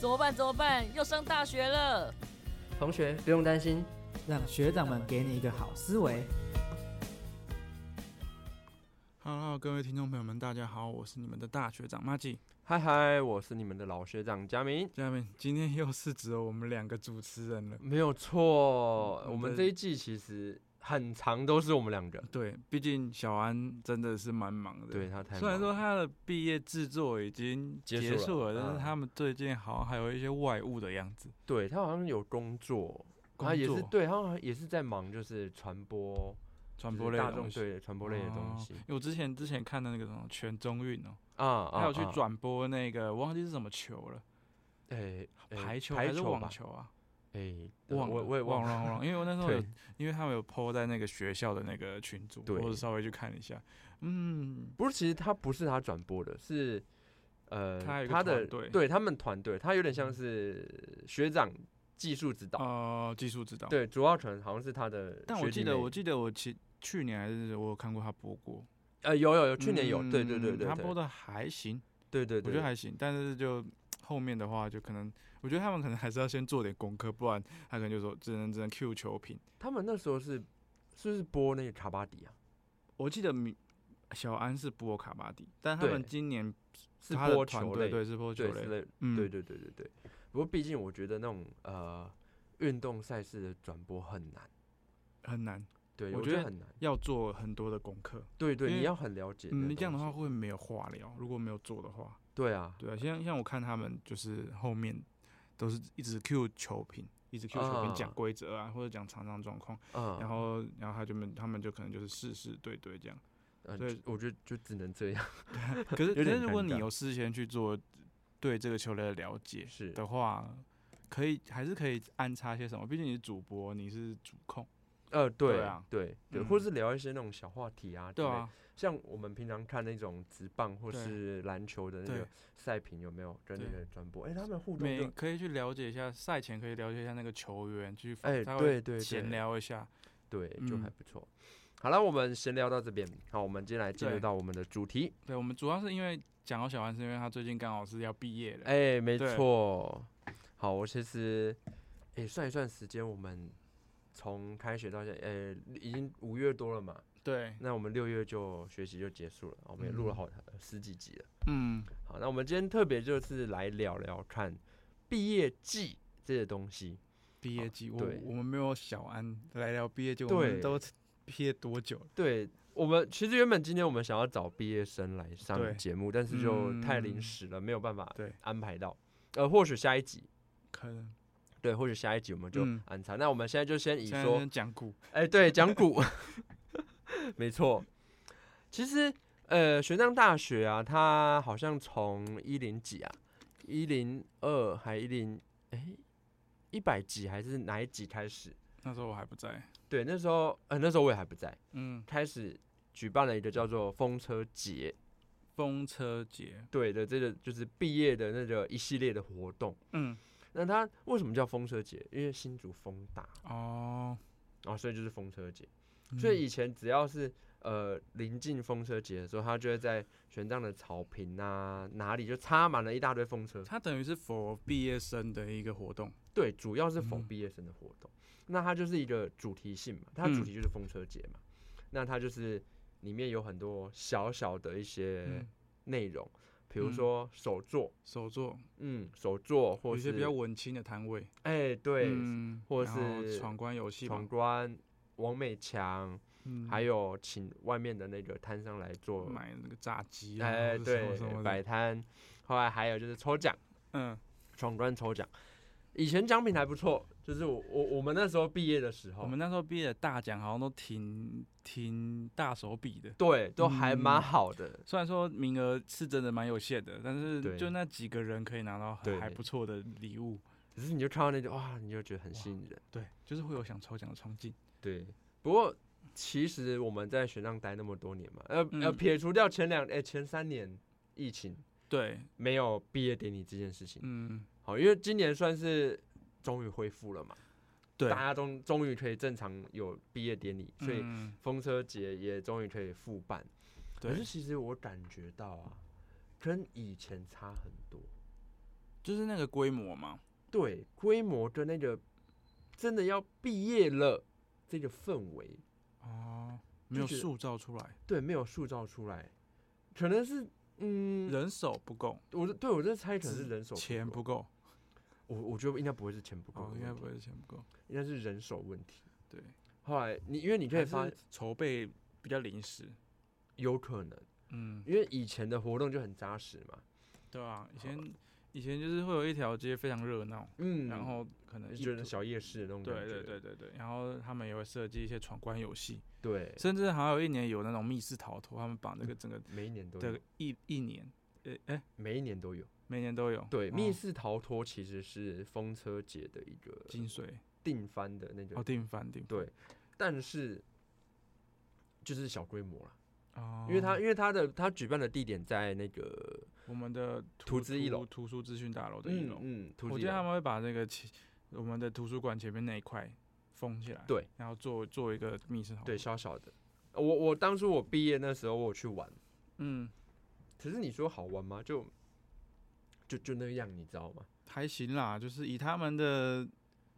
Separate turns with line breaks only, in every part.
怎么办？怎么办？要上大学了。
同学不用担心，
让学长们给你一个好思维。
Hello，各位听众朋友们，大家好，我是你们的大学长马季。
嗨嗨，我是你们的老学长佳明，
下面今天又是只有我们两个主持人了。
没有错，
嗯
我们这一季其实很长都是我们两个，
对，毕竟小安真的是蛮忙的。，
对他太忙了
虽然说他的毕业制作已经
结
结
束
束
了
了，但是
嗯
他们最近好像还有一些外务的样子。
对他好像有工作，
工
他也是
作
对，他好像也是在忙就是传播
传播类
就是
的
大众
东西。
对传播类的东西
因为我之前之前看的那个什么全中运哦，
啊啊，
他有去
啊
转播那个，我忘记是什么球了，
哎哎
排球还
排
是
球
网
吧，
球啊？
哎，我
忘了
我我也
忘
忘
了忘了，忘了因为我那时候有
对，
因为他们有 PO 在那个学校的那个群组，
对
我稍微去看一下，嗯，
不是，其实他不是他转播的，是呃
他有一个
他的
团队嗯
对他们团队，他有点像是学长技术指导，
哦，技术指导，
对，主要可能好像是他的，
但我记得，我记得我其去年还是我有看过他播过，
呃，有有有，去年有，对对对
嗯
对，
他
对
播的还行，
对对
我
对，
觉得还行，但是就后面的话就可能，我觉得他们可能还是要先做点功课，不然他可能就说只能只能 Q 球评。
他们那时候是是不是播那个卡巴迪啊？
我记得米小安是播卡巴迪，但他们
对
今年
是
他的
播
团
球
队
类，
对是播球
是
类，
类，
嗯，
对对对对对。不过毕竟我觉得那种呃运动赛事的转播很难，
很难，
对，
我
我
觉
觉
得
很难，
要做很多的功课。
对对，
因为
你要很了解。
嗯，这样的话
东西，
会没有话聊，如果没有做的话，
对啊，
对啊，像像我看他们就是后面都是一直 Q 球评，一直 Q 球评
啊
讲规则啊，或者讲场上状况，
嗯，
然后然后他就们他们就可能就是事事对对这 样。
呃
对
就我觉得就只能这样，
可是可
有点
是如果
尴
你
尬
有事先去做对这个球类的了解
是
的话，可以还是可以安插些什么，毕竟你是主播，你是主控，
呃，
对
对
啊
对对，
嗯
或是聊一些那种小话题啊，
对，啊，
像我们平常看那种直棒或
对
是篮球的那
对
个赛评，有没有跟那
对
个转播？哎，他们互动
每
就
可以去了解一下赛前可以了解一下那个球员，去
哎
稍
对
微
对对
闲聊一下，
对，就还
嗯
不错。好了，我们闲聊到这边。好，我们接下来进入
对
到我们的主题。
对，我们主要是因为讲到小安，是因为他最近刚好是要毕业了。
哎、没
对
错。好，我其实，哎、算一算时间，我们从开学到现在，哎、已经五月多了嘛。
对，
那我们六月就学习就结束了，我们也录了好、十几集了。
嗯，
好，那我们今天特别就是来聊聊看毕业季这些东西。
毕业季，我
哦对
我们没有小安来聊毕业季，
对
我们都毕业多久了？
对我们其实原本今天我们想要找毕业生来
对
上节目，但是就太
嗯
临时了，没有办法
对
安排到。呃，或许下一集，
可能
对，或许下一集我们就
嗯
安插。那我们现在就先以
现在
说
在，讲古，
哎、对，讲古， 没错。其实，呃，玄奘大学啊，它好像从一零几啊，一零二还一零，哎，一百几还是哪一集开始？
那时候我还不在。
对，那时候，呃，那时候我也还不在，
嗯，
开始举办了一个叫做风车节，
风车节，
对的，这个就是毕业的那个一系列的活动。
嗯，
那它为什么叫风车节？因为新竹风大，
哦，嗯
然、后所以就是风车节。所以以前只要是呃临近风车节的时候，他就会在玄奘的草坪啊哪里就插满了一大堆风车。
它等于是否毕业生的一个活动。
对，主要是否
嗯
毕业生的活动。那它就是一个主题性嘛，它主
嗯
题就是风车节嘛。那它就是里面有很多小小的一些
嗯，
内容，比如
嗯
说手作，
手作，
嗯，手作
有
或
一些
是
比较文青的摊位，
哎对，
嗯，
或
然后
是
闯关游戏嘛
闯，关。王美强，
嗯
还有请外面的那个摊商来做
买那个炸鸡啊，
哎，
或者什
对
么什么，的
摆摊，后来还有就是抽奖，
嗯，
闯关抽奖。以前奖品还不错，就是我我我们那时候毕业的时候，
我们那时候毕业的大奖好像都挺挺大手笔的。
对都还蛮
嗯
好的，
虽然说名额是真的蛮有限的，但是
对
就那几个人可以拿到很
对
还不错的礼物，
只是你就看到那种哇，你就觉得很吸引人。
对，就是会有想抽奖的冲劲。
对，不过其实我们在学上待那么多年嘛，呃、呃，
嗯
撇除掉前两哎、前三年疫情
对，
没有毕业典礼这件事情，
嗯，
好，因为今年算是终于恢复了嘛，
对
大，家终终于可以正常有毕业典礼，所以
嗯
风车节也终于可以复办。可
对
是，其实我感觉到啊，跟以前差很多。
就是那个规模嘛。
对规模跟那个真的要毕业了这个氛围，
哦，没有
就觉得
塑造出来，
对，没有塑造出来，可能是嗯，
人手不够，
我是对我这猜可能是人手
钱
够
不够。
我我觉得应该不会是钱不够的
哦，
问
应
题，
该不会是钱不够。
应该是人手问题。
对，
后来你因为你可以
还
发
是，筹备比较临时。
有可能
嗯，
因为以前的活动就很扎实嘛，
对啊，以前以前就是会有一条街非常热闹，
嗯，
然后可能
就
一
觉得
堆
小夜市那种感
对
觉，
对对对对，然后他们也会设计一些闯关游戏，
对
甚至还有一年有那种密室逃脱，他们把那个整个
每一年都有
的，一一年，呃哎、
每一年都有。
每年都有。
对，
哦
密室逃脱其实是风车节的一个
精髓
定番的那个
哦，，定番定番
对，但是就是小规模了，
哦，
因为它因为它的它举办的地点在那个
我们的
图资一楼
图书资讯大楼的一
嗯
楼，
嗯，图
我觉
纸
得他
楼
们会把那个前我们的图书馆前面那一块封起来，
对，
然后做做一个密室逃脱，
对小小的，我我当初我毕业那时候我有去玩，
嗯，
可是你说好玩吗？就就就那样，你知道吗？
还行啦，就是以他们的。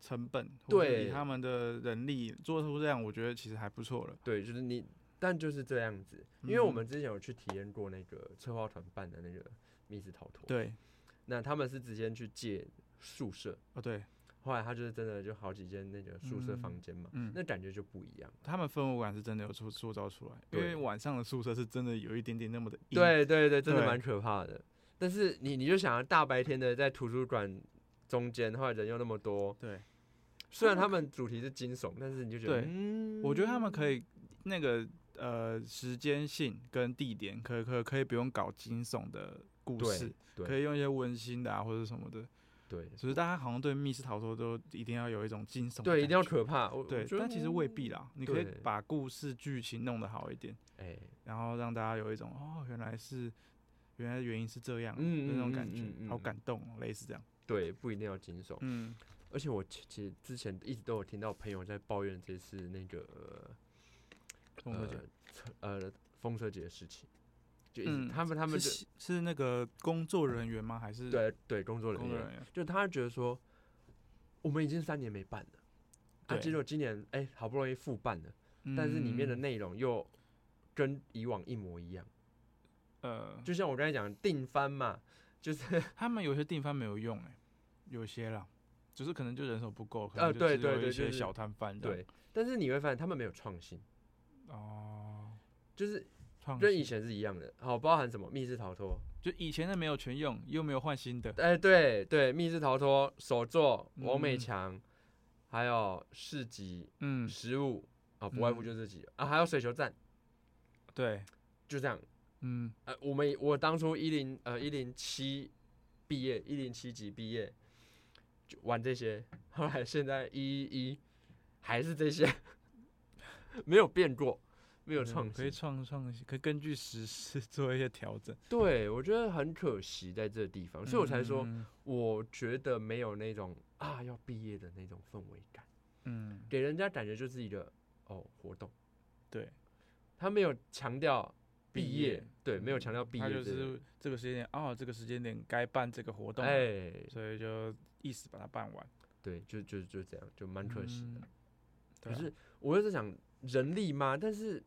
成本，或者以
对
他们的人力做出这样，我觉得其实还不错了。
对，就是你，但就是这样子，因为我
嗯
们之前有去体验过那个策划团办的那个密室逃脱，，
对，
那他们是直接去借宿舍，
哦对，
后来他就是真的就好几间那个宿舍房
嗯
间嘛，
嗯，
那感觉就不一样。
他们氛围感是真的有塑塑造出来，因
对
为晚上的宿舍是真的有一点点那么的阴，
对对对，真的
对
蛮可怕的。但是你你就想要大白天的在图书馆中间，后来人又那么多，
对，
虽然他们主题是惊悚，但是你就觉得，
对
嗯
我觉得他们可以那个呃时间性跟地点可可可以不用搞惊悚的故
对
事，
对
可以用一些温馨的啊或者什么的，
对
只是大家好像对密室逃脱都一定要有一种惊悚的感觉，
对一定要可怕。我
对
我觉，得嗯
但其实未必啦，你可以
对
把故事剧情弄得好一点，
哎，
然后让大家有一种哦原来是原来原因是这样的
嗯
那种
嗯
感
嗯
觉
嗯，嗯
好感动哦，类似这样，
对，不一定要惊悚。
嗯，
而且我其其实之前一直都有听到朋友在抱怨这次那个
我们就
呃车呃风车节的事情，就一直、
嗯
他们他们就是
是那个工作人员吗？还是
对对工作人
工作
员
人员？
就他觉得说，我们已经三年没办了，啊，
对
结果今年哎、好不容易复办了，但是里面的
嗯
内容又跟以往一模一样，
呃，
就像我刚才讲定番嘛，就是
他们有些地方没有用哎、有些啦，只是可能就人手不够，可
呃
能就
对
只
对
有
对
一
就
些
是
小摊贩这样
对，但是你会发现他们没有创新，
哦，
就是
创
跟
新
以前是一样的，好，包含什么密室逃脱，
就以前的没有全用，又没有换新的，
哎、对对，密室逃脱、手作、王美
嗯
强，还有市集、
嗯，
食物啊，不外乎
嗯
就这几个啊，还有水球站，
对，
就这样。
嗯，
呃，我们我当初一零呃一零七毕业，一零七级毕业就玩这些，后来现在一一还是这些， 没有变过，没有
对
创
嗯可以
新。
创创新，可以根据时事做一些调整，
对，我觉得很可惜在这地方，所以我才说，
嗯，
我觉得没有那种啊要毕业的那种氛围感，
嗯，
给人家感觉就是一个哦活动，
对，
他没有强调
毕
毕业
业，
对，没有
嗯
强调毕
他
业
就
这个，
是这个时间点哦，这个时间点该办这个活动了，
哎，
所以就意思把它办完，
对，就就就这样，就蛮可惜的。
嗯对
可
啊
是我又在想人力吗？但是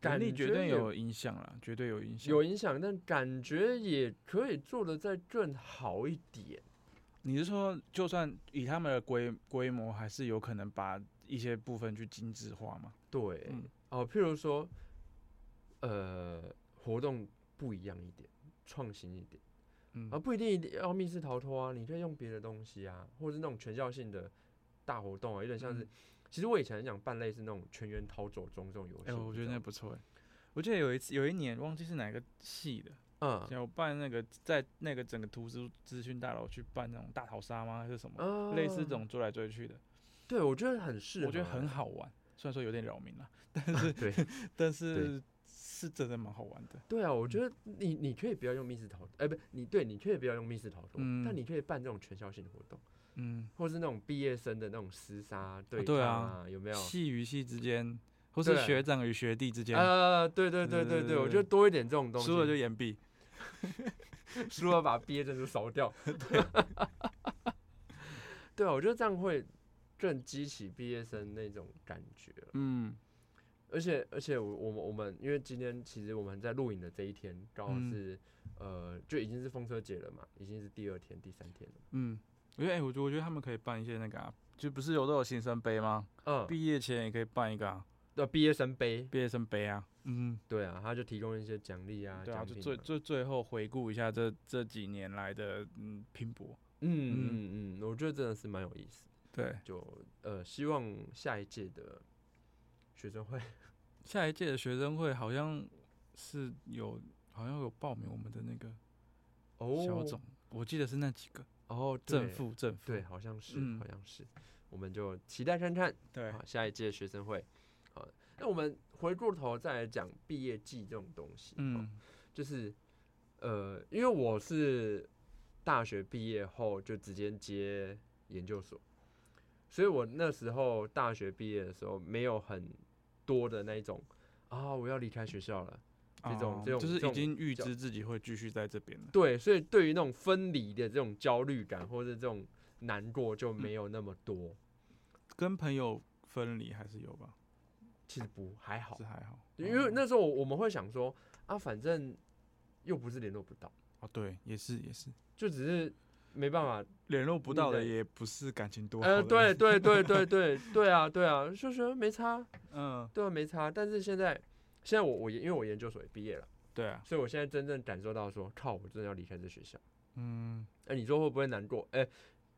人力
感
绝
觉
对
也
有影响啦，绝对有影响。
有影响，但感觉也可以做的再更好一点。
你是说，就算以他们的规规模，还是有可能把一些部分去精致化吗？
对，
嗯
哦，譬如说，呃，活动不一样一点，创新一点
嗯
啊，不一定一定要密室逃脱啊，你可以用别的东西啊，或是那种全校性的大活动啊，有点像是。
嗯
其实我以前很想办类似那种全员逃走中这种游戏，
哎、我觉得那
那
不错哎、我记得有一次，有一年忘记是哪个系的，
嗯
有办那个在那个整个图书资讯大楼去办那种大逃杀吗？还是什么？
啊
类似这种追来追去的，
对，我觉得很适合，啊
我觉得很好玩。虽然说有点扰民了，但是
对
但是是真的蛮好玩的。
对啊，我觉
嗯
得你你可以不要用密室逃，哎、不，你对你可以不要用密室逃脱，
嗯
但你可以办这种全校性的活动，
嗯，
或是那种毕业生的那种厮杀对
对
抗
啊
啊，有没有？
系与系之间，或
对
是学长与学弟之间，嗯
呃，对对对对对，我觉得多一点这种东西，
输了就言毕。
输了把毕业证书烧掉。 对啊，我觉得这样会更激起毕业生那种感觉。
嗯，
而且而且我我们我们因为今天其实我们在录影的这一天刚好
嗯
是、呃就已经是风车节了嘛，已经是第二天第三天了。
嗯，我觉得哎、我觉得我觉得他们可以办一些那个、啊，就不是有都有新生杯吗？
嗯，
毕业前也可以办一个、啊、
呃毕业生杯，
毕业生杯啊。嗯，
对啊，他就提供一些奖励啊，
对
奖
啊，就
品
最
嘛
最最后回顾一下这这几年来的嗯拼搏。
嗯嗯嗯，我觉得真的是蛮有意思的。
对，
就呃希望下一届的学生会
下一届的学生会好像是有好像有报名我们的那个
哦
小总，我记得是那几个
哦
正
对
副正副。
对，啊好像是、
嗯
好像是，我们就期待看看。
对
好，下一届学生会。好，那我们回过头再来讲毕业季这种东西。嗯，
嗯
就是呃，因为我是大学毕业后就直接接研究所，所以我那时候大学毕业的时候没有很多的那一种啊，我要离开学校了。这种
哦
这种
就是
这种
已经预
叫
知自己会继续在这边了。
对，所以对于那种分离的这种焦虑感或者这种难过就没有那么多。
跟朋友分离还是有吧，
其实不还好
是，还好。
因为
哦
那时候我们会想说啊，反正又不是联络不到，
哦，对，也是也是，
就只是没办法。
联络不
你
到的
的
也不是感情多好的
呃，
人。
对对对对对 对啊对啊，就觉得没差，
嗯，
对啊没差。但是现在现在我我研因为我研究所也毕业了，
对啊，
所以我现在真正感受到说，靠，我真的要离开这学校。
嗯，
哎、你说会不会难过？哎、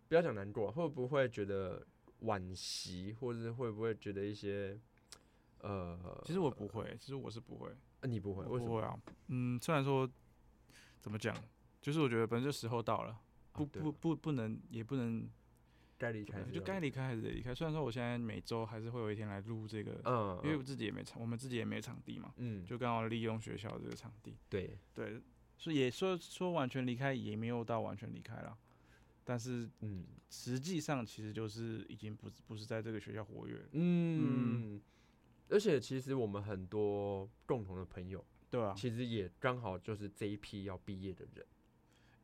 不要讲难过，会不会觉得惋惜，或者是会不会觉得一些呃？
其实我不会，其实我是不会，
呃你不会，
我
为什
不
么？
会啊。嗯，虽然说怎么讲，就是我觉得本身就时候到了，不
啊对
不不不能也不能，
该离开
就该
离，
离开还是得离开。虽然说我现在每周还是会有一天来录这个，
嗯，
因为我
嗯
自己也没场，我们自己也没场地嘛，
嗯，
就刚好利用学校这个场地。
对，
对，所以也说说完全离开也没有到完全离开了，但是
嗯。
实际上其实就是已经不是不是在这个学校活跃了，
嗯，而且其实我们很多共同的朋友，
对啊，
其实也刚好就是这一批要毕业的人。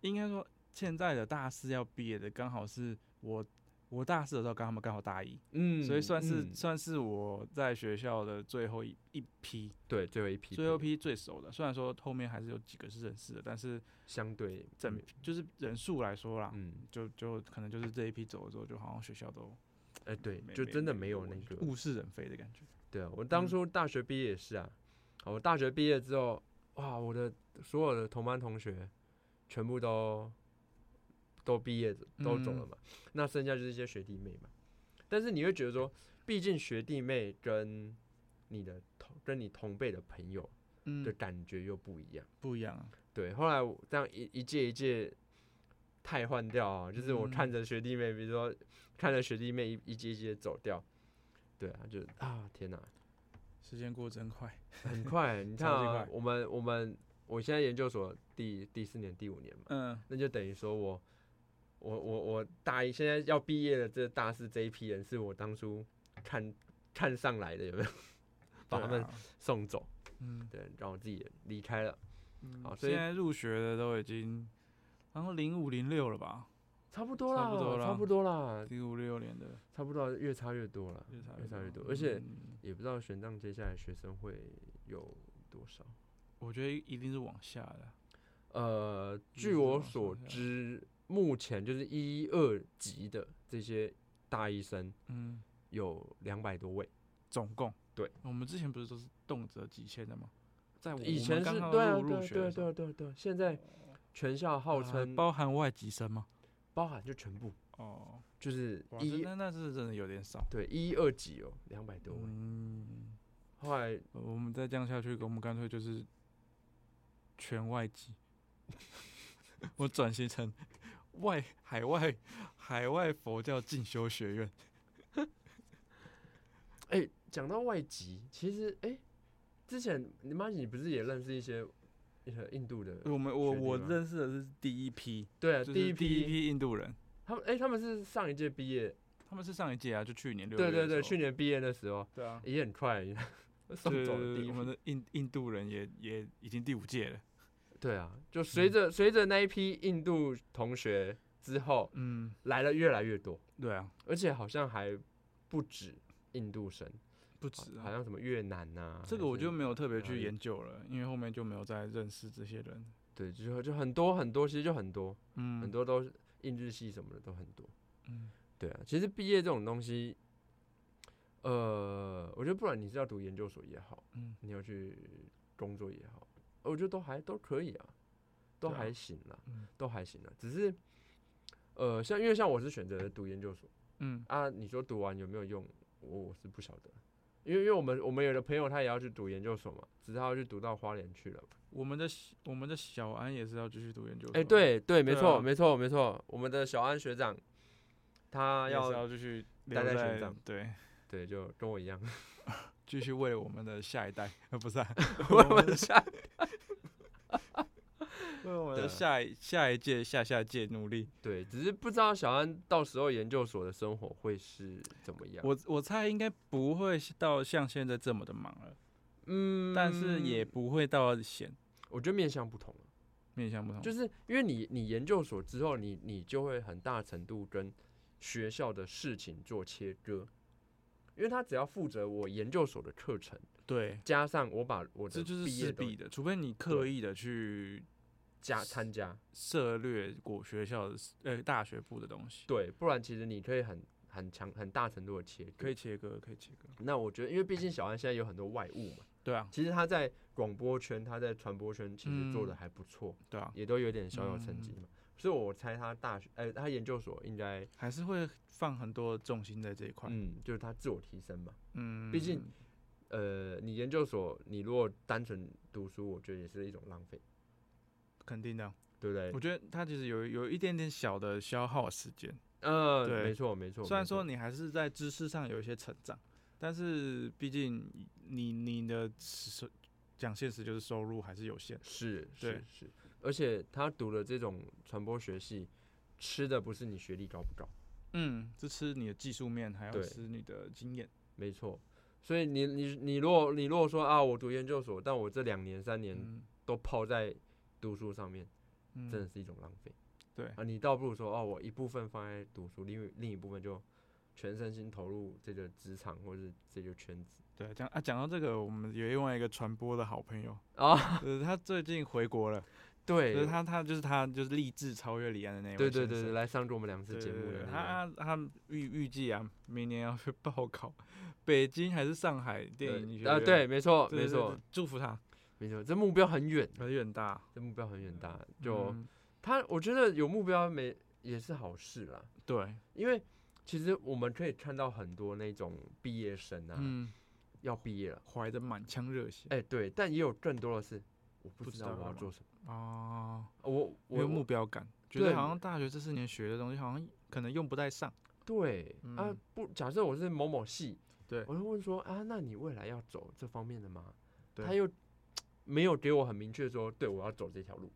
应该说现在的大四要毕业的刚好是我我大四的时候跟他们刚好大一，
嗯
所以算是、
嗯
算是我在学校的最后一一批，
对最后一批朋
最
友，
后一批最熟的。虽然说后面还是有几个是认识的，但是
相对
整就是人数来说啦。
嗯，
就就可能就是这一批走了之后，就好像学校都
哎、对
没，
就
没
真的
没
没有那
我
个。
物是人非的感觉。
对啊，我当
嗯
初大学毕业也是啊，啊我大学毕业之后，哇，我的所有的同班同学全部都都毕业都走了
嗯
嘛，那剩下就是一些学弟妹嘛。但是你会觉得说，毕竟学弟妹跟你的同跟你同辈的朋友
嗯
的感觉又不一样。
不一样啊。
对，后来我这样一一届一届汰换掉啊，就是我看
嗯
着学弟妹，比如说看着学弟妹一一届一届走掉，对啊，就啊天哪、
时间过真 快，
很快，你看
超级
啊
快，
我们我们我现在研究所第第四年第五年嘛，
嗯，
那就等于说我我我我大一现在要毕业的这大四这一批人，是我当初看看上来的，有没有？把
啊
他们送走，
嗯，
对，让我自己也离开了，好所以
现在入学的都已经，然后零五零六了吧，
差不多啦，
差不多啦
差不多啦，
零五六年的
差不多啦，越差越多了，
越差
越差越多
多，
而且
嗯
也不知道玄奘接下来学生会有多少。
我觉得一定是往下的，
呃，据
是
我
往上
所
下
知，目前就是一二级的这些大医生
嗯，
有两百多位，
总共
对，
我们之前不是都是动辄几千的吗？在我
以
们
前是
刚刚
对啊，
入
对
入
啊
学
对啊
的时
对
候
啊对啊对啊，现在全校号
啊
称包
包含外籍生吗？
包含就全部
哦，
就是
哇
一
那那是真的有点少。
对一二级哦，两百多位，
嗯，
后来
我们再这样下去，我们干脆就是全外籍。 我转型成外海外海外佛教进修学院。
哎，讲到外籍，其实哎，之前你妈你不是也认识一些呃印度的？
我们我
学弟
我
吗
认识的是第一批，
对啊，
嗯就是
第一
第一
批
批印度人，
他们哎，他们是上一届毕业，
他们是上一届啊，就去年六月
对
的时
对
候。
对，去年毕业的时候。
对啊，
也很快送走了第一
我们
批。
的印印度人也也已经第五届了。
对啊，就
嗯
随着随着那一批印度同学之后
嗯，
来了越来越多，
对啊，
而且好像还不止印度生，
不
好
止
好
啊。
像什么越南呐、
这个
还
我
是
就没有特别
哪
去
里
研究了，因为后面就没有再认识这些人。
对，就就很多很多，其实就很多、
嗯，
很多都是印日系什么的都很多。
嗯，
对啊，其实毕业这种东西，呃，我觉得不然你是要读研究所也好，
嗯，
你要去工作也好，呃我觉得都还都可以啊，都
对啊
还行啦，
嗯
都还行啦。只是，呃，像因为像我是选择读研究所
嗯
啊，你说读完有没有用，我我是不晓得，因为因为我们我们有的朋友他也要去读研究所嘛，只是他要去读到花莲去了。
我们的小我们的小安也是要继续读研究所。
哎、，对对，没
对
错、
啊
没错没错，我们的小安学长，他
也是
要
要继续
待
留
在玄奘
对，
对就跟我一样，
继续为了我们的下一代，呃，不是 啊、
我们下
为我们
对啊
的下一下一届、下下届努力。
对，只是不知道小安到时候研究所的生活会是怎么样。
我我猜应该不会是到像现在这么的忙了，
嗯
但是也不会到闲，
我觉得面向不同了，
面向不同。
就是因为你你研究所之后，你你就会很大程度跟学校的事情做切割，因为他只要负责我研究所的课程，
对，
加上我把我
这
的
就是
毕
势
业都
必的，除非你刻意的去
加参加，
涉略过学校的呃大学部的东西，
对，不然其实你可以很很强很大程度的切割
可以。切割，可以切割。
那我觉得，因为毕竟小安现在有很多外务嘛，
对啊，
其实他在广播圈、他在传播圈其实做的
嗯
还不错，
对啊，
也都有点小有成绩
嗯
嘛。所以我猜他大学，呃，他研究所应该，
还是会放很多重心在这一块。
嗯，就是他自我提升嘛。
嗯，
毕竟呃，你研究所，你如果单纯读书，我觉得也是一种浪费，
肯定的，
对不
我
对？
觉得它其实有有一点点小的消耗时间。
嗯，
对
没错没错。
虽然
没错
说你还是在知识上有一些成长，但是毕竟你你的收讲现实就是收入还是有限。
是是
对
是，而且他读了这种传播学系，吃的不是你学历高不高，
嗯，这吃你的技术面，还
对
有吃你的经验。
没错。所以你你你如果你如果说啊，我读研究所，但我这两年三年
嗯，
都泡在读书上面，
嗯
真的是一种浪费
对，
啊！你倒不如说哦，我一部分放在读书，另一另一部分就全身心投入这个职场或是这个圈子
对，讲啊，讲到这个，我们有另外一个传播的好朋友，
啊。
呃，他最近回国了，
对
就是他他就是他就是立志超越李安的那位
对对
先
对对，
生
来上过我们两次
对
节
对
目
对
的
他
那
他他预预计啊，明年要去报考 北京还是上海电影学
个，啊，
院
对，没错
对
没
对对
错
祝福他，
没错，这目标很远，
有点大，
这目标很远大，就
嗯
他我觉得有目标没也是好事啦，
对，
因为其实我们可以看到很多那种毕业生啊，
嗯，
要毕业了，
怀着满腔热血
哎，对，但也有更多的是我不
不
知
知
道
道
我要
干嘛
做什么，
哦，
我
没
我
有目
我
标感，觉
对
得好像大学这四年学的东西好像可能用不太上，
对啊
嗯
不，假设我是某某系，
对
我就问说啊，那你未来要走这方面的吗？
对
他又没有给我很明确说，对我要走这条路，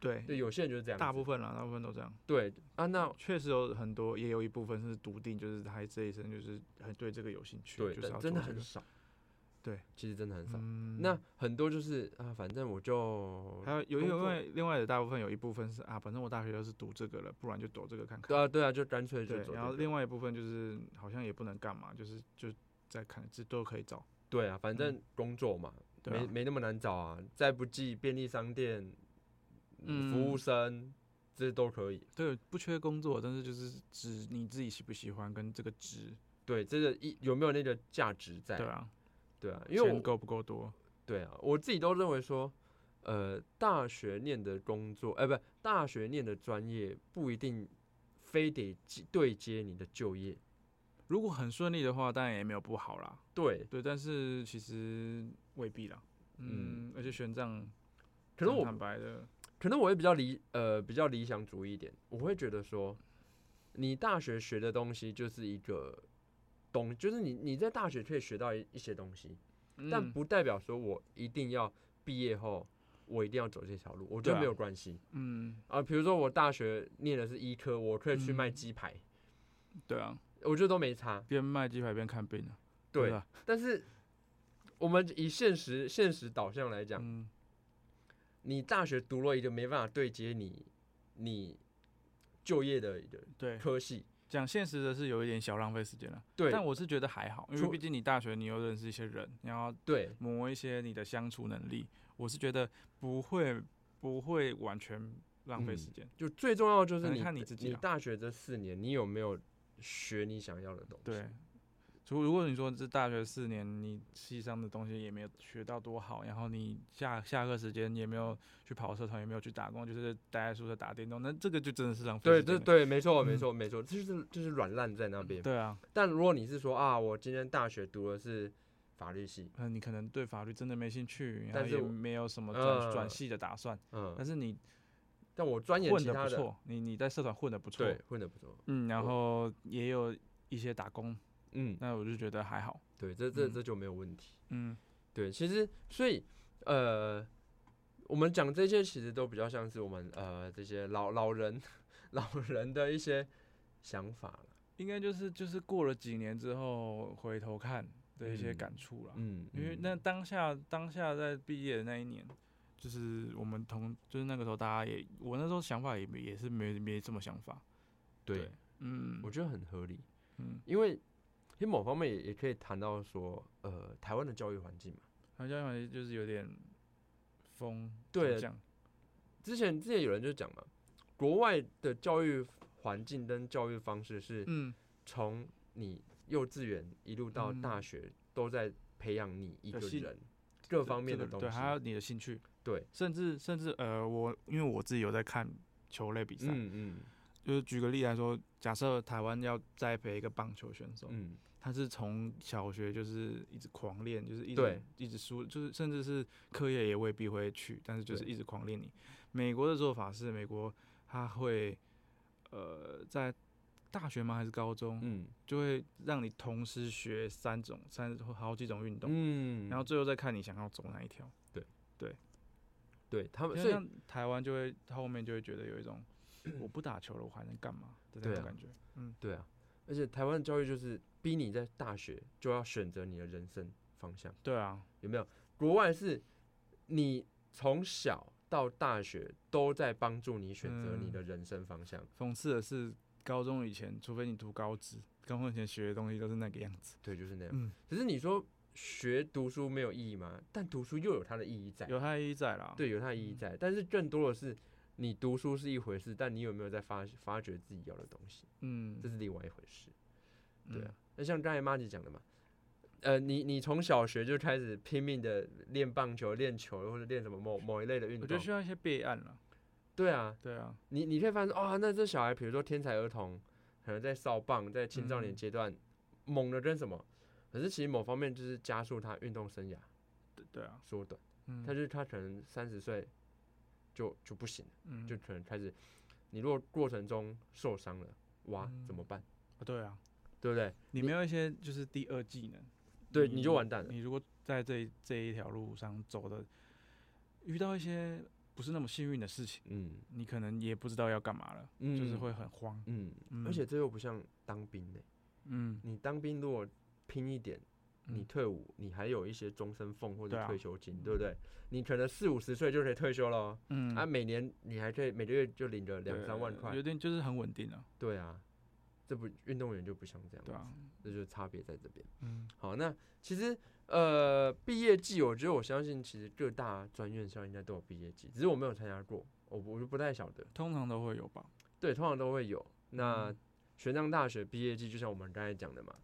对，
对，有些人就是这样子，
大部分啦，大部分都这样。
对啊，那
确实有很多，也有一部分是笃定，就是他这一生就是很对这个有兴趣，
对，
就是
但
要
真的
做这
很
个
少，
对，
其实真的很少。
嗯
那很多就是啊，反正我就
还有有
工
另
作
外另外的大部分有一部分是啊，反正我大学要是读这个了，不然就走这个看看。
对啊，对啊，就干脆就
对
走这，
然后
个
另外一部分就是好像也不能干嘛，就是就再看，这都可以找。
对啊，反
嗯
正工作嘛，
对啊
没没那么难找啊。再不济，便利商店、嗯服务
嗯
生这都可以。
对，不缺工作，但是就是只你自己喜不喜欢跟这个值，
对，这个一有没有那个价值在？
对啊，
对啊，因为
钱
我
够不够多？
对啊，我自己都认为说，呃，大学念的工作，哎、不，大学念的专业不一定非得接对接你的就业。
如果很顺利的话，当然也没有不好啦。
对，
对，但是其实未必啦。
嗯
嗯，而且玄奘，
可能
讲
我
坦白的，
可能我会比较理呃比较理想主义一点，我会觉得说，你大学学的东西就是一个东，就是你你在大学可以学到一一些东西，但
嗯
不代表说我一定要毕业后我一定要走这条路，我觉
对
得
啊
没有关系
嗯，
啊。比如说我大学念的是医科，我可以去卖
嗯
鸡排，
对啊，
我觉得都没差。
边卖鸡排边看病啊。
对，
吧？
但是我们以现实现实导向来讲，
嗯，
你大学读了一个没办法对接你你就业的一个
对，
科系，
讲现实的是有一点小浪费时间了，
对
但我是觉得还好，因为
除
毕竟你大学你又认识一些人，然后
对
磨一些你的相处能力，我是觉得不会不会完全浪费时
嗯
间。
就最重要的就是
可能
你
看你自己
你
啊
大学这四年，你有没有学你想要的东西？
对，除如果你说这大学四年，你系上的东西也没有学到多好，然后你下下课时间也没有去跑社团，也没有去打工，就是待在宿舍打电动，那这个就真的是浪费
对
时间
对
了。
对，没错没
嗯
错没错，这就是就是软烂在那边。
对啊，
但如果你是说啊，我今天大学读的是法律系，
那你可能对法律真的没兴趣，然
但
后
是
也
我
没有什么转转
呃
系的打算，但
嗯，
是你
但我钻研
混
其
的
他
不
的，
错，你你在社团混的不错，
对，混的不错。
嗯，然
我
后也有一些打工，
嗯，
那我就觉得还好，
对，这这
嗯
这就没有问题。
嗯，
对，其实所以呃，我们讲这些其实都比较像是我们呃这些老老人 老人的一些想法了。
应该就是就是过了几年之后回头看的一些
嗯
感触啦，
嗯，
因为
嗯
那当下当下在毕业的那一年，就是我们同就是那个时候大家也我那时候想法也没也是没没什么想法，
对，
嗯，
我觉得很合理，
嗯，
因为其实某方面也也可以谈到说，呃，台湾的教育环境嘛，
然后教育环境就是有点疯，
对
这样
之前之前有人就讲嘛，国外的教育环境跟教育方式是
嗯，
从你幼稚园一路到大
嗯
学都在培养你一
的
个
兴
人各
这
方面
这个
的东
对，还有
西，
你的兴趣，
对，
甚至甚至呃，我因为我自己有在看球类比赛，
嗯嗯
就是举个例来说，假设台湾要栽培一个棒球选手，
嗯，
他是从小学就是一直狂练，就是一直
对
一直输，就是甚至是课业也未必会去，但是就是
对
一直狂练你。美国的做法是，美国他会呃在大学吗？还是高中？
嗯
就会让你同时学三种、三好几种运动，
嗯，
然后最后再看你想要走哪一条。
对他呃们，所以
像台湾就会后面就会觉得有一种我不打球了，我还能干嘛的那
对
种
啊
感觉。
对啊，而且台湾的教育就是逼你在大学就要选择你的人生方向，
对啊，
有没有？国外是你从小到大学都在帮助你选择你
嗯
的人生方向，
讽刺的是，高中以前，除非你读高职，高中以前学的东西都是那个样子。
对，就是那样。
嗯，
只是你说学读书没有意义吗？但读书又有它的意义在，
有它的意义在啦。，
对，有它的意义
嗯
在。但是更多的是，你读书是一回事，但你有没有在发发掘自己要的东西，
嗯
这，是另外一回事。对
嗯
啊，，那像刚才妈吉讲的嘛，呃，你你从小学就开始拼命的练棒球、练球或者练什么某某一类的运
我觉得
动
需，要一些备案啦。
对啊，
对啊，
你你可以发现啊、哦，那这小孩，比如说天才儿童，可能在少棒、在青少年
嗯
阶段、猛的跟什么，可是其实某方面就是加速他运动生涯
对对啊，
缩短，
嗯，
但是他可能三十岁就就不行了，
嗯
就可能开始，你如果过程中受伤了，哇，怎么办？
啊对啊，
对不对？
你
你
没有一些就是第二技能，
对，你就完蛋了。
你如果在这一这一条路上走的，遇到一些不是那么幸运的事情，
嗯
你可能也不知道要干嘛了，
嗯，
就是会很慌。
嗯，
嗯
而且这又不像当兵呢、
嗯，
你当兵如果拼一点，你
嗯
退伍，你还有一些终身俸或
对
者
啊
退休金，对不对？你可能四五十岁就可以退休了、
嗯
啊，每年你还可以每个月就领着两
对
三万块
有，点就是很稳定啊，
对啊，这不运动员就不像这样子
对，啊，
这就是差别在这边。
嗯，
好，那其实呃，毕业季，我觉得我相信其实各大专院校应该都有毕业季，只是我没有参加过，我不我就不太晓得。
通常都会有吧。
对，通常都会有。那
嗯
玄奘大学毕业季，就像我们刚才讲的嘛，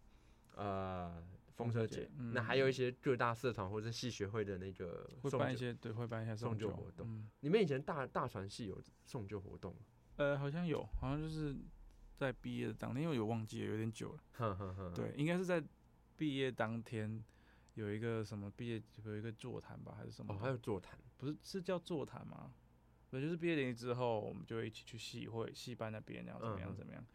呃，风
车
车
节
节，那还有
嗯
一些各大社团或者系学会的那个
会
送
办一
酒。
些对，会办一些
送
送
酒
酒
活动
嗯
你们以前大大传系有送酒活动吗？
呃，好像有，好像就是在毕业的当天，因为我忘记了，有点久了。
哼哼 哼，
对，应该是在毕业当天有一个什么毕业有一个座谈吧，还是什么
哦，
的？
还有座谈，
不是是叫座谈吗？对，就是毕业典礼之后，我们就会一起去系会系办那边，然后怎么
嗯
样
嗯
怎么样，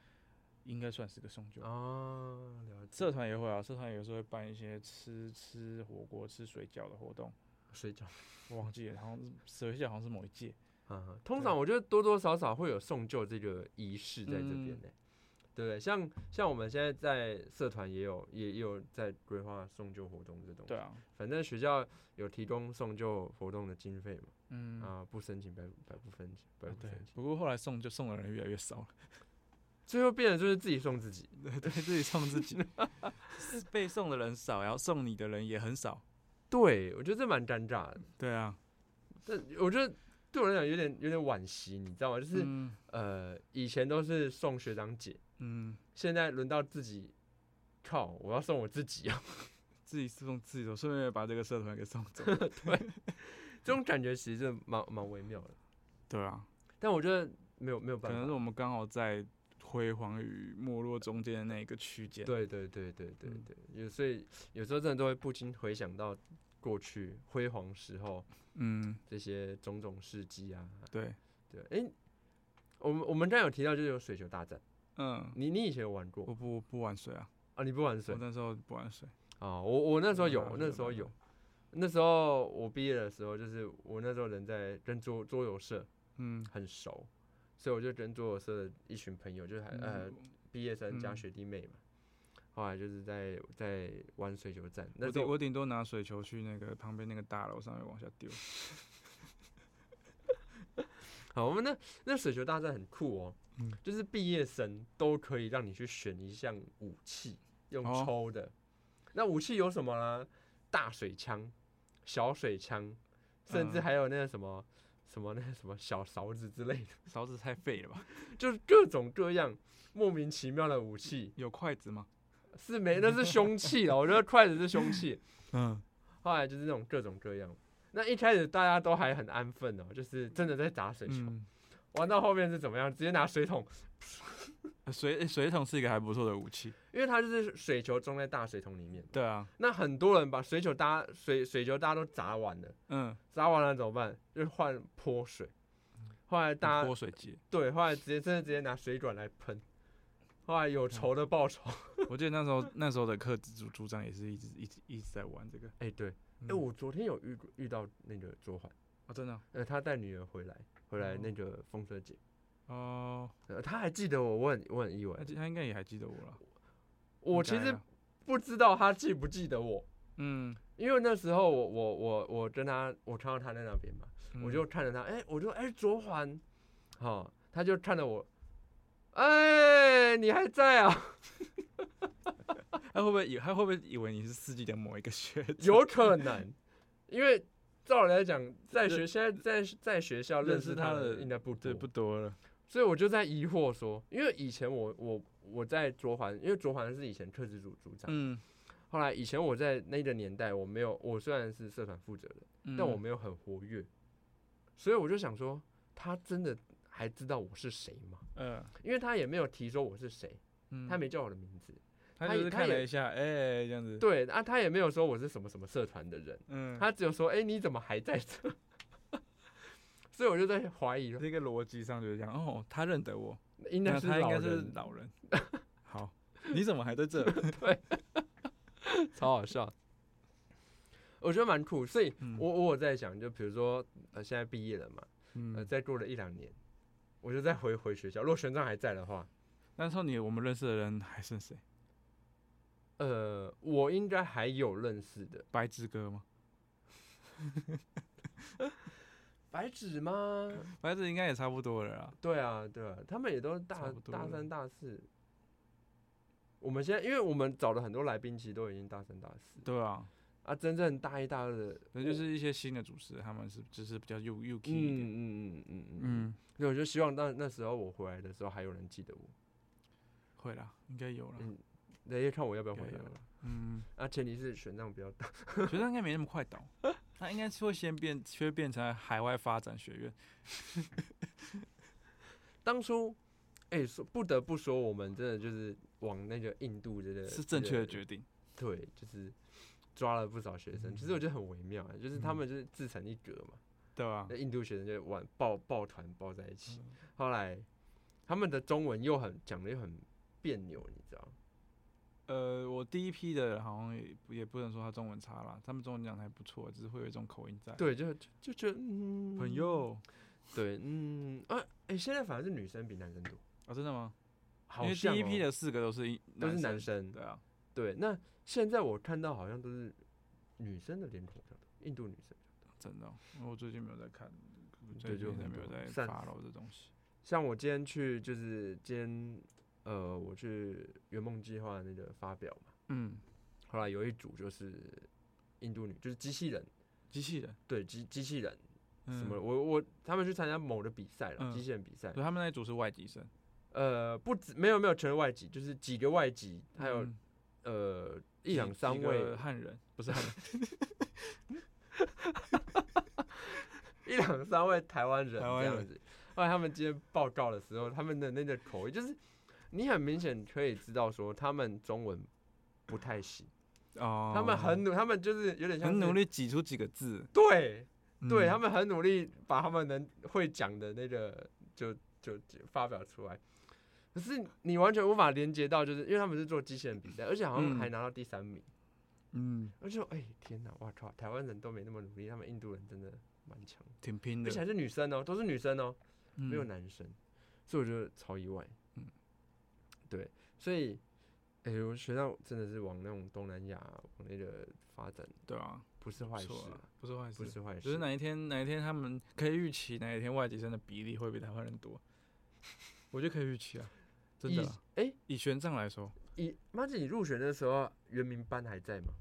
应该算是个送酒。
哦，了解。
社团也会啊，社团有时候会办一些吃吃火锅、吃水饺的活动，
水饺，
我忘记了，好像是水饺好像是某一届。
嗯，通
对
常我觉得多多少少会有送旧这个仪式在这边
嗯
呢、对不对？像像我们现在在社团也有也也有在规划送旧活动这东西
对，啊，
反正学校有提供送旧活动的经费嘛，
嗯
啊、不申请白白不申请，白
啊
不
对
申请，，
不过后来送就送的人越来越少了，
最后变得就是自己送自己。
对对，自己送自己， 被送的人少，然后送你的人也很少，
对，我觉得这蛮尴尬的，
对啊，
但我觉得对我来讲有点有点惋惜，你知道吗？就是、
嗯
呃，以前都是送学长姐，
嗯，
现在轮到自己，靠，我要送我自己啊！
自己送自己走，顺便把这个社团给送走，
这种感觉其实真的蛮蛮微妙的，
对啊，
但我觉得没有没有
可
办
能是
法。
我们刚好在辉煌与没落中间的那一个区间，
对对对对对
嗯
对，有所以有时候真的都会不禁回想到过去辉煌时候
嗯，
这些种种事迹啊。
对，
对，哎、我们我们刚刚有提到就是有水球大战，
嗯，
你你以前有玩过
我不不玩水啊，
啊？你不玩水
我那时候不玩水，
啊？我我那时候
我
有，
玩
我
水
那时候
玩水
有，那时候我毕业的时候，就是我那时候人在跟桌桌游社，
嗯，
很熟，所以我就跟桌游社的一群朋友，就是还、呃
嗯
毕业生加
嗯
学弟妹嘛，后来就是在在玩水球战，那
我
时
顶
候
我顶多拿水球去那个旁边那个大楼上面往下丢，
好，我们那那水球大战很酷哦，
嗯
就是毕业生都可以让你去选一项武器用
哦
抽的，那武器有什么呢？大水枪、小水枪，甚至
嗯
还有那个什么、什么那个什么小勺子之类的，
勺子太废了吧？
就是各种各样莫名其妙的武器。
有筷子吗？
是没，那是凶器了。我觉得筷子是凶器。
嗯，
后来就是那种各种各样。那一开始大家都还很安分哦，就是真的在打水球。
嗯
玩到后面是怎么样？直接拿水桶，
呃水水桶是一个还不错的武器，
因为它就是水球装在大水桶里面。
对啊，
那很多人把水球搭水水球大家都砸完了，
嗯，
砸完了怎么办？就换泼水。后来大家
泼水 节，
对，后来直接真的直接拿水管来喷。后来有
嗯
仇的报仇。
我记得那时候那时候的课组组长也是一直一直一直在玩这个，
哎、对，哎、
嗯
我昨天有遇遇到那个卓环，
哦真的哦
呃，他带女儿回来，回来
哦
那个风车节。
哦，
呃，他还记得我，我很我很意外
他。记他应该也还记得我了，嗯
我
应
其
该
实
啊
不知道他记不记得我，
嗯，
因为那时候我我我我跟他，我看到他在那边嘛，我
嗯
就看着他，哎、我就哎、卓环，好、他就看着我，哎、你还在啊？
他会不会以他会不会以为你是四季的某一个学长？
有可能，因为照理来讲，在学现在在在学校
认
认
识
识
他
他的
的
人应该不
对
多，
不多了，
所以我就在疑惑说，因为以前我我我在卓环，因为卓环是以前特制组组长。
嗯，
后来以前我在那个年代，我没有，我虽然是社团负责人，但我
嗯
没有很活跃，所以我就想说，他真的还知道我是谁吗？
呃
因为他也没有提说我是谁，
嗯
他没叫我的名字，
他
他
就
也
是
他
看了
也
一下，哎这样子，
对啊，他也没有说我是什么什么社团的人，
嗯，
他只有说，哎、你怎么还在这？ 所以我就在怀疑了，
这个逻辑上就是这样，哦，他认得我，
应该
那
是
他应
老
该是
人，
老人。好，你怎么还在 这？
超好笑。我觉得蛮酷，所以
嗯
我我有在想，就比如说，呃，现在毕业了嘛，呃，
嗯，
再过了一两年，我就再回回学校。如果玄奘还在的话，
那时候你我们认识的人还剩谁？
呃，我应该还有认识的。
白之哥吗？
白纸吗？
白之应该也差不多了啦。
对啊，对啊，他们也都大
差不多
大
了
三大四。我们现在，因为我们找了很多来宾，其实都已经大三大四
对啊，
啊，真正大一大二的，
那就
我
是一些新的主持，他们是就是比较又又 key 一点。
嗯嗯嗯嗯嗯嗯，
嗯，
对，我就希望那那时候我回来的时候还有人记得我，
会啦，应该有啦。
嗯那就看我要不要
应
回
该
来
有
了
啦。嗯，
啊，前提是选上不要大，
学长应该没那么快倒， 他应该是会先变，先变成海外发展学院。
当初，哎、说不得不说，我们真的就是往那个印度这个
是正确的
这个
决定。
对，就是抓了不少学生。其实我觉得很微妙、啊，就是他
嗯
们就是自成一格嘛。
对吧
那、？印度学生就玩抱抱团抱在一起，
嗯
后来他们的中文又很讲的又很别扭，你知道吗？
呃，我第一批的好像也不也不能说他中文差啦，他们中文讲的还不错，只是会有一种口音在。，
对，就就就觉得嗯，
朋友
对，嗯啊，哎、现在反而是女生比男生多，
啊，真的吗？
好
因为
像、
第一批
哦
的四个都是一
都是男
男
生，
对啊，
对。那现在我看到好像都是女生的脸孔比较多，印度女生比较多。
真的哦，我最近没有在看，
对
最
就
近
很
没有
多
在
散
follow 这东西。
像我今天去，就是今天，呃，我去圆梦计划那个发表嘛，
嗯，
后来有一组就是印度女，就是机器人，
机器人
对机机器人什么，
嗯？
我我他们去参加某的比赛了，
嗯
机器人比赛，
对，他们那一组是外籍生，
呃，不止没有没有全外籍，就是几个外籍，还有、
嗯
呃
几
一两三
几
位
个汉人，不是汉人，
一两三位台湾人
台
这
湾
样
人
子。后来他们今天报告的时候，他们的那个口音就是，你很明显可以知道说他们中文不太行，
哦，
他们很努，他们就是有点像
很
是
努，力挤出几个字，
对
嗯
对，他们很努力把他们能会讲的那个就就就发表出来。可是你完全无法连接到，就是因为他们是做机器人比赛，而且好像
嗯
还拿到第三名。
嗯
我就哎、天哪，哇靠！台湾人都没那么努力，他们印度人真的蛮强，
挺拼
而且还
的，
是女生哦，都是女生哦，没有
嗯
男生，所以我觉得超意外。
嗯，
嗯对，所以哎、我学到真的是往那种东南亚往那个发展，
对啊，
不是
不
坏事
错啊
啊，，
不是坏
不
事。
是坏事，
只是哪一天哪一天他们可以预期哪一天外籍生的比例会比台湾人多，我觉得可以预期啊，真的
以
啦。
哎
以玄奘来说，
以妈子，你入学的时候原名班还在吗？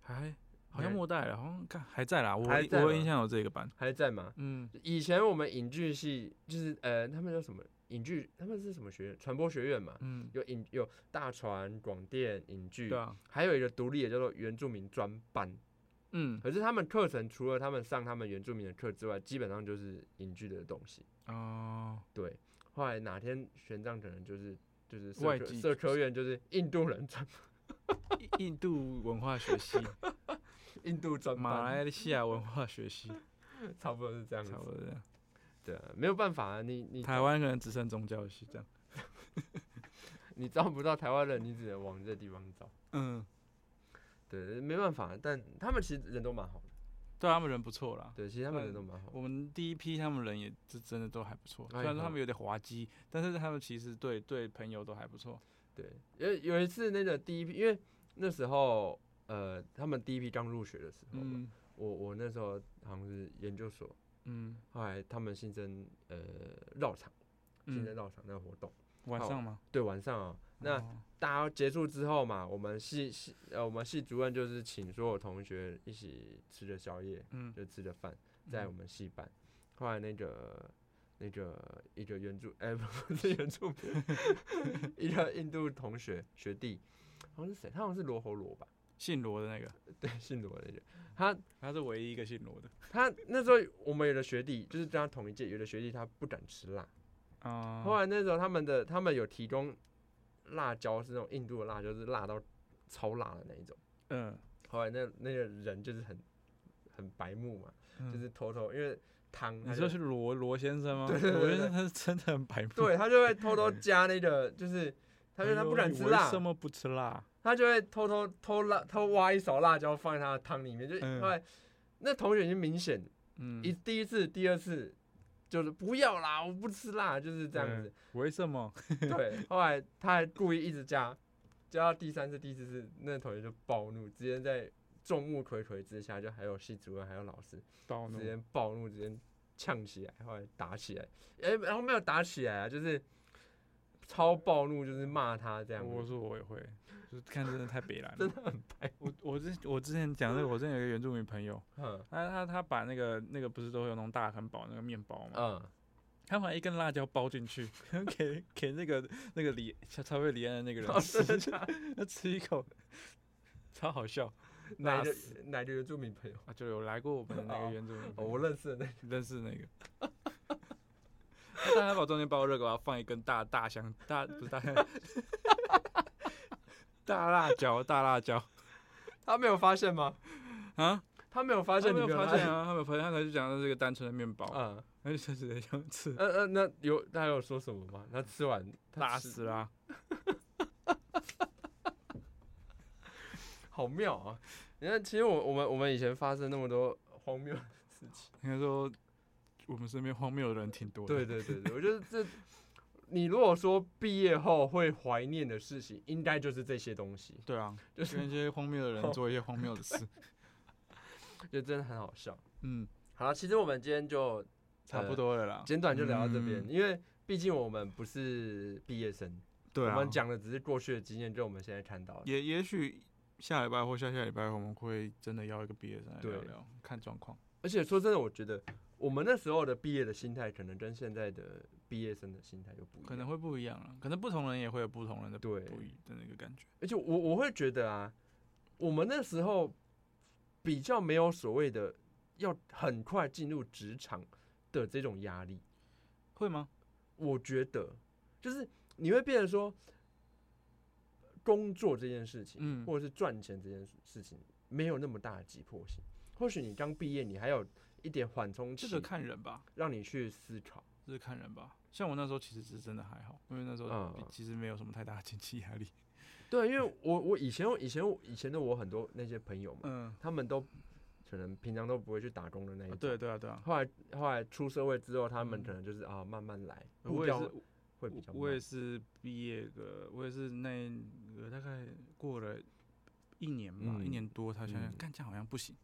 还好像
还
末代了，好像看还在啦，我
还在
我
吗
印象有这个版，
还在吗？
嗯，
以前我们影剧系就是呃，他们叫什么影剧？他们是什么学院？传播学院嘛。
嗯，
有影有大传、广电、影剧，
对啊，
还有一个独立的叫做原住民专班。
嗯，
可是他们课程除了他们上他们原住民的课之外，基本上就是影剧的东西。
哦，
对，后来哪天玄奘可能就是就是社
外
科
籍
社科院就是印度人专
印 印度文化学 习，
印度专
马
班，
来西亚文化学 习，
差不多是这样子
差。不多这样。
对啊，没有办法啊，你你
台湾可能只剩宗教系这样，
你招不到台湾人，你只能往这地方招。
嗯，
对，没办法，但他们其实人都蛮好的。
对他们人不错啦。
对，其实他们人
嗯
都蛮好的。
我们第一批他们人也是真的都还不错，
哎
虽然说
好
他们有点滑稽，但是他们其实对对朋友都还不错。
对，有有一次那个第一批，因为那时候呃，他们第一批刚入学的时候嘛，
嗯
我我那时候好像是研究所，
嗯
后来他们新增呃绕场，新增
嗯，
绕场那个活动，
晚
好
上吗？
对，晚上啊、那
哦
大家结束之后嘛，我们系系呃，我们系主任就是请所有同学一起吃着宵夜，
嗯
就吃着饭，在我
嗯
们系办。后来那个那个一个原住，哎、 不是原住民，一个印度同学学弟，好像是谁？他好像是罗侯罗吧？
姓罗的那个，
对，姓罗的那个。他
他是唯一一个姓罗的。
他那时候我们有的学弟就是跟他同一届，有的学弟他不敢吃辣。
啊，
后来那时候他们的他们有提供辣椒，是那种印度的辣椒，是辣到超辣的那一种。
嗯，
后来那那个人就是很很白目嘛，
嗯
就是偷偷因为汤他
你说
就，
是罗罗先生吗？
对对对
罗
对
先生他是真的很白目。
对，他就会偷偷加那个，就是他就
哎
他
呦
不敢
你
吃
为
辣
什，么不吃辣？
他就会偷偷偷辣偷挖一勺辣椒放在他的汤里面，就
嗯
后来那同学已经明显
嗯
一，第一次第二次就是不要啦，我不吃辣，就是这样
嗯
子。
为什么？
对，后来他还故意一直加，加到第三次、第四次，那同学就暴怒，直接在众目睽睽之下，就还有系主任，还有老师，
到
直接暴怒，直接呛起来，后来打起来，哎、然后没有打起来啊，就是超暴怒，就是骂他这样
我
子。
说我也会，就是看真的太北蓝了，
真
的很白。我我之我之前讲那个，我之前有一个原住民朋友，
嗯
他他他把那个那个不是都会有那种大汉堡那个面包嘛，
嗯，
他把一根辣椒包进去， 给给那个那个李超超越李安的那个人
哦
吃，
真的假的
他吃一口，超好笑
哪一
辣
个哪一个原住民朋友？
啊！就有来过我们的那
哦
个原住民朋
哦，
友，
我认识的那
认识那个。他汉堡中间包热狗，然后放一根大大香大不是大香， 大辣椒大辣椒
他没有发现吗？
啊！
他没有发现
他
你
没有
没有
发
拉
现啊，他没有发现，他才就讲这是一个单纯的面包，
嗯
他就直接这样吃，
嗯嗯，那有他有说什么吗？他吃完他
辣
吃
死啦！
好妙啊！你看，其实我我们我们以前发生那么多荒谬的事情。
应该说我们身边荒谬的人挺多的，
对，对对对，我觉得这， 你如果说毕业后会怀念的事情，应该就是这些东西，
对啊，哦
就
就是跟一些荒谬的人做一些荒谬的事，
就真的很好笑。
嗯，
好了，其实我们今天就
差不多了啦。
简短就聊到这边，
嗯
因为毕竟我们不是毕业生，
对啊，
我们讲的只是过去的经验，就我们现在看到的。
也也许下礼拜或下下礼拜我们会真的邀一个毕业生来
对
聊聊，看状况。
而且说真的，我觉得我们那时候的毕业的心态，可能跟现在的毕业生的心态就不一样。
可能会不一样了，可能不同人也会有不同人的
对
不一的那个感觉。
而且我我会觉得啊，我们那时候比较没有所谓的要很快进入职场的这种压力，
会吗？
我觉得就是你会变成说，工作这件事情，
嗯
或者是赚钱这件事事情，没有那么大的急迫性。或许你刚毕业，你还有一点缓冲
这
期，
个看人吧，
让你去思考。
这是看人吧。像我那时候其实是真的还好，因为那时候
嗯
比其实没有什么太大的经济压力。
对，因为我我以前以前以前的我很多那些朋友嘛，
嗯，
他们都可能平常都不会去打工的那一种。
对对啊对啊，
后来后来出社会之后，他们
嗯
可能就是啊慢慢来，步
我也
调
是
会比
我
较
我也
慢。
是毕业个，我也是那个大概过了一年吧，一
嗯
年多，他想想，
嗯
干这样好像不行，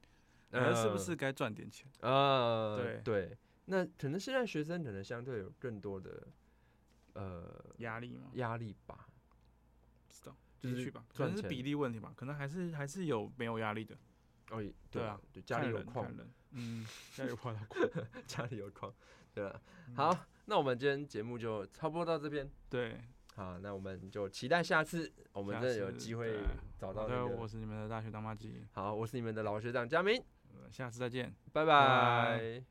呃，是不
呃
是该赚点钱？
啊？
对
对，那可能现在学生可能相对有更多的呃
压力嘛，
压力吧，
不知道，
就
也
是
许吧，可
赚
能是
钱
比例问题吧，可能还是还是有没有压力的，
哦，也
对
对
啊，
对家
看
里有
人看
矿，
人，嗯，家里有 矿，
家里有矿，对啊。
嗯
好，那我们今天节目就差不多到这边。
对，
好，那我们就期待下次我们
下
真的有
次
机会
对
找
好
到那
的，
个
我。是你们的大学当妈鸡，嗯
好，我是你们的老学长佳明，
呃下次再见。
拜
拜
拜